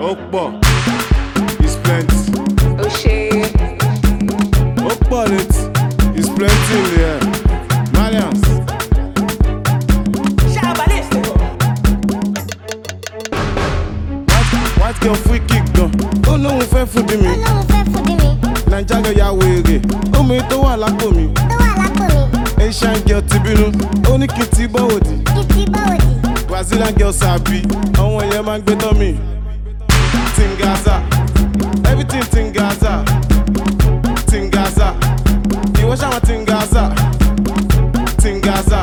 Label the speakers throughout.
Speaker 1: ó pọ̀ is plenty.
Speaker 2: ó ṣe
Speaker 1: ó pọ̀ létí is plenty in the air. Mariams.
Speaker 2: ṣàbálẹ̀ sọ̀rọ̀.
Speaker 1: white- white girl free kick gan. ó lóun fẹ́ fúdi mi.
Speaker 3: Ọlọ́run fẹ́ fòdí mi,
Speaker 1: naija girl ya wèrè. omi tó wà lápò mi.
Speaker 3: tó wà lápò mi,
Speaker 1: asian girl ti bínú. ó ní kí n ti bọ́ òdì.
Speaker 3: kí ti bá òdì.
Speaker 1: brazilian girl sabi àwọn èèyàn máa ń gbé tán mi tingaza everything tingaza tingaza ìwọ ṣàwọn tingaza tingaza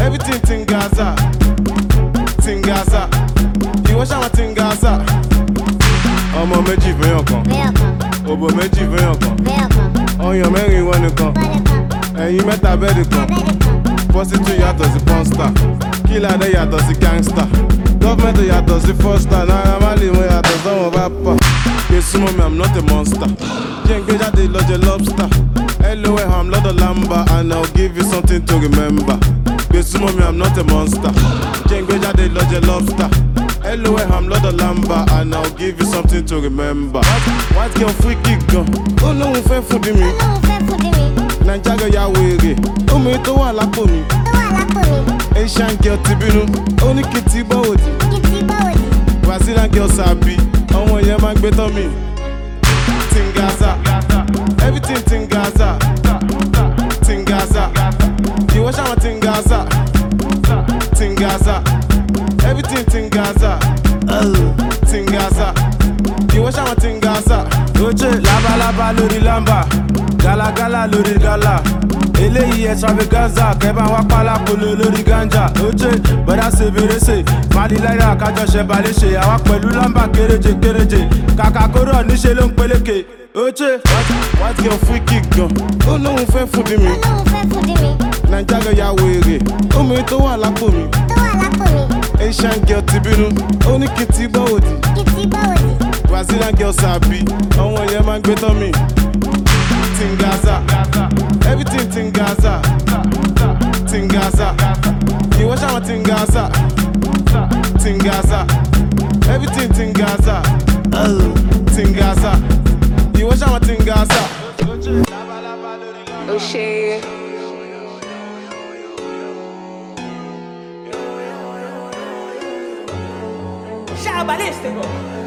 Speaker 1: everything tingaza tingaza ìwọ ṣàwọn tingaza. ọmọ méjì fẹ́yàn kan
Speaker 3: Bẹ́ẹ̀ kan,
Speaker 1: òbò méjì fẹ́yàn kan
Speaker 3: bẹ́ẹ̀ kan,
Speaker 1: ọyàn mẹ́rin wọn nìkan
Speaker 3: bọ́lẹ̀ kan,
Speaker 1: ẹ̀yìn mẹ́ta bẹ́ẹ̀dì kan
Speaker 3: abẹ́rẹ́ kan,
Speaker 1: pọ́sítù yàtọ̀ sí pọ́ńsítà kílàdé yàtọ̀ sí gángstà gọ́fìmẹ̀ntì yàtọ̀ sí fọ́sítà náírà má lè mú yàtọ̀ sọ́wọ́n bá pọ̀ pé súnmọ́ mi i'm not a monster jẹ́ n gbé jáde lọ́jọ́ lobster lol ham lọ́dọ̀ lamba and i'll give you something to remember pé súnmọ́ mi i'm not a monster jẹ́ n gbé jáde lọ́jọ́ lobster lol ham lọ́dọ̀ lamba and i'll give you something to remember white girl free kick gan ó lóun fẹ́ fúdi mi
Speaker 3: Ọlọ́run fẹ́ fòdí mi,
Speaker 1: naija girl ya wèrè omi tó wà lápò mi
Speaker 3: tó wà lápò mi,
Speaker 1: asian girl ti bínú ó ní kí n ti gbọ́ òdì
Speaker 3: kí ti bá òdì.
Speaker 1: brazilian girl sabi ọmọ yẹn máa ń gbé tán mi. tingaza everything tingaza tingaza ìwọ ṣàwọn tingaza tingaza everything tingaza tingaza ìwọ ṣàwọn tingaza. oje labalábá lórí lámbà galagala lórí gala eléyìí extravaganza kẹbà wá pálápolo lórí ganja oje bọ́dá seberese malilára kájọṣe balẹ̀ṣe àwa pẹ̀lú lámbà kéréje kéréje kàkà kóró níṣe ló ń peléke oje. white girl free kick gan ó lóun fẹ́ fúdi mi
Speaker 3: Ọlọ́run fẹ́ fòdí mi,
Speaker 1: naija girl ya wèrè omi tó wà lápò mi
Speaker 3: tó wà lápò mi,
Speaker 1: asian girl ti bínú ó ní kí n ti gbọ́ òdì.
Speaker 3: kí ti bá òdì.
Speaker 1: Brazilian girl sabi, ọmọ yẹn máa ń gbé tán mi. Tingaza, everything Tingaza, Tingaza, ìwọ ṣàwọn Tingaza, Tingaza, everything Tingaza, Tingaza, ìwọ ṣàwọn Tingaza.
Speaker 2: ó ṣe ṣàbálẹ̀ sọ̀rọ̀.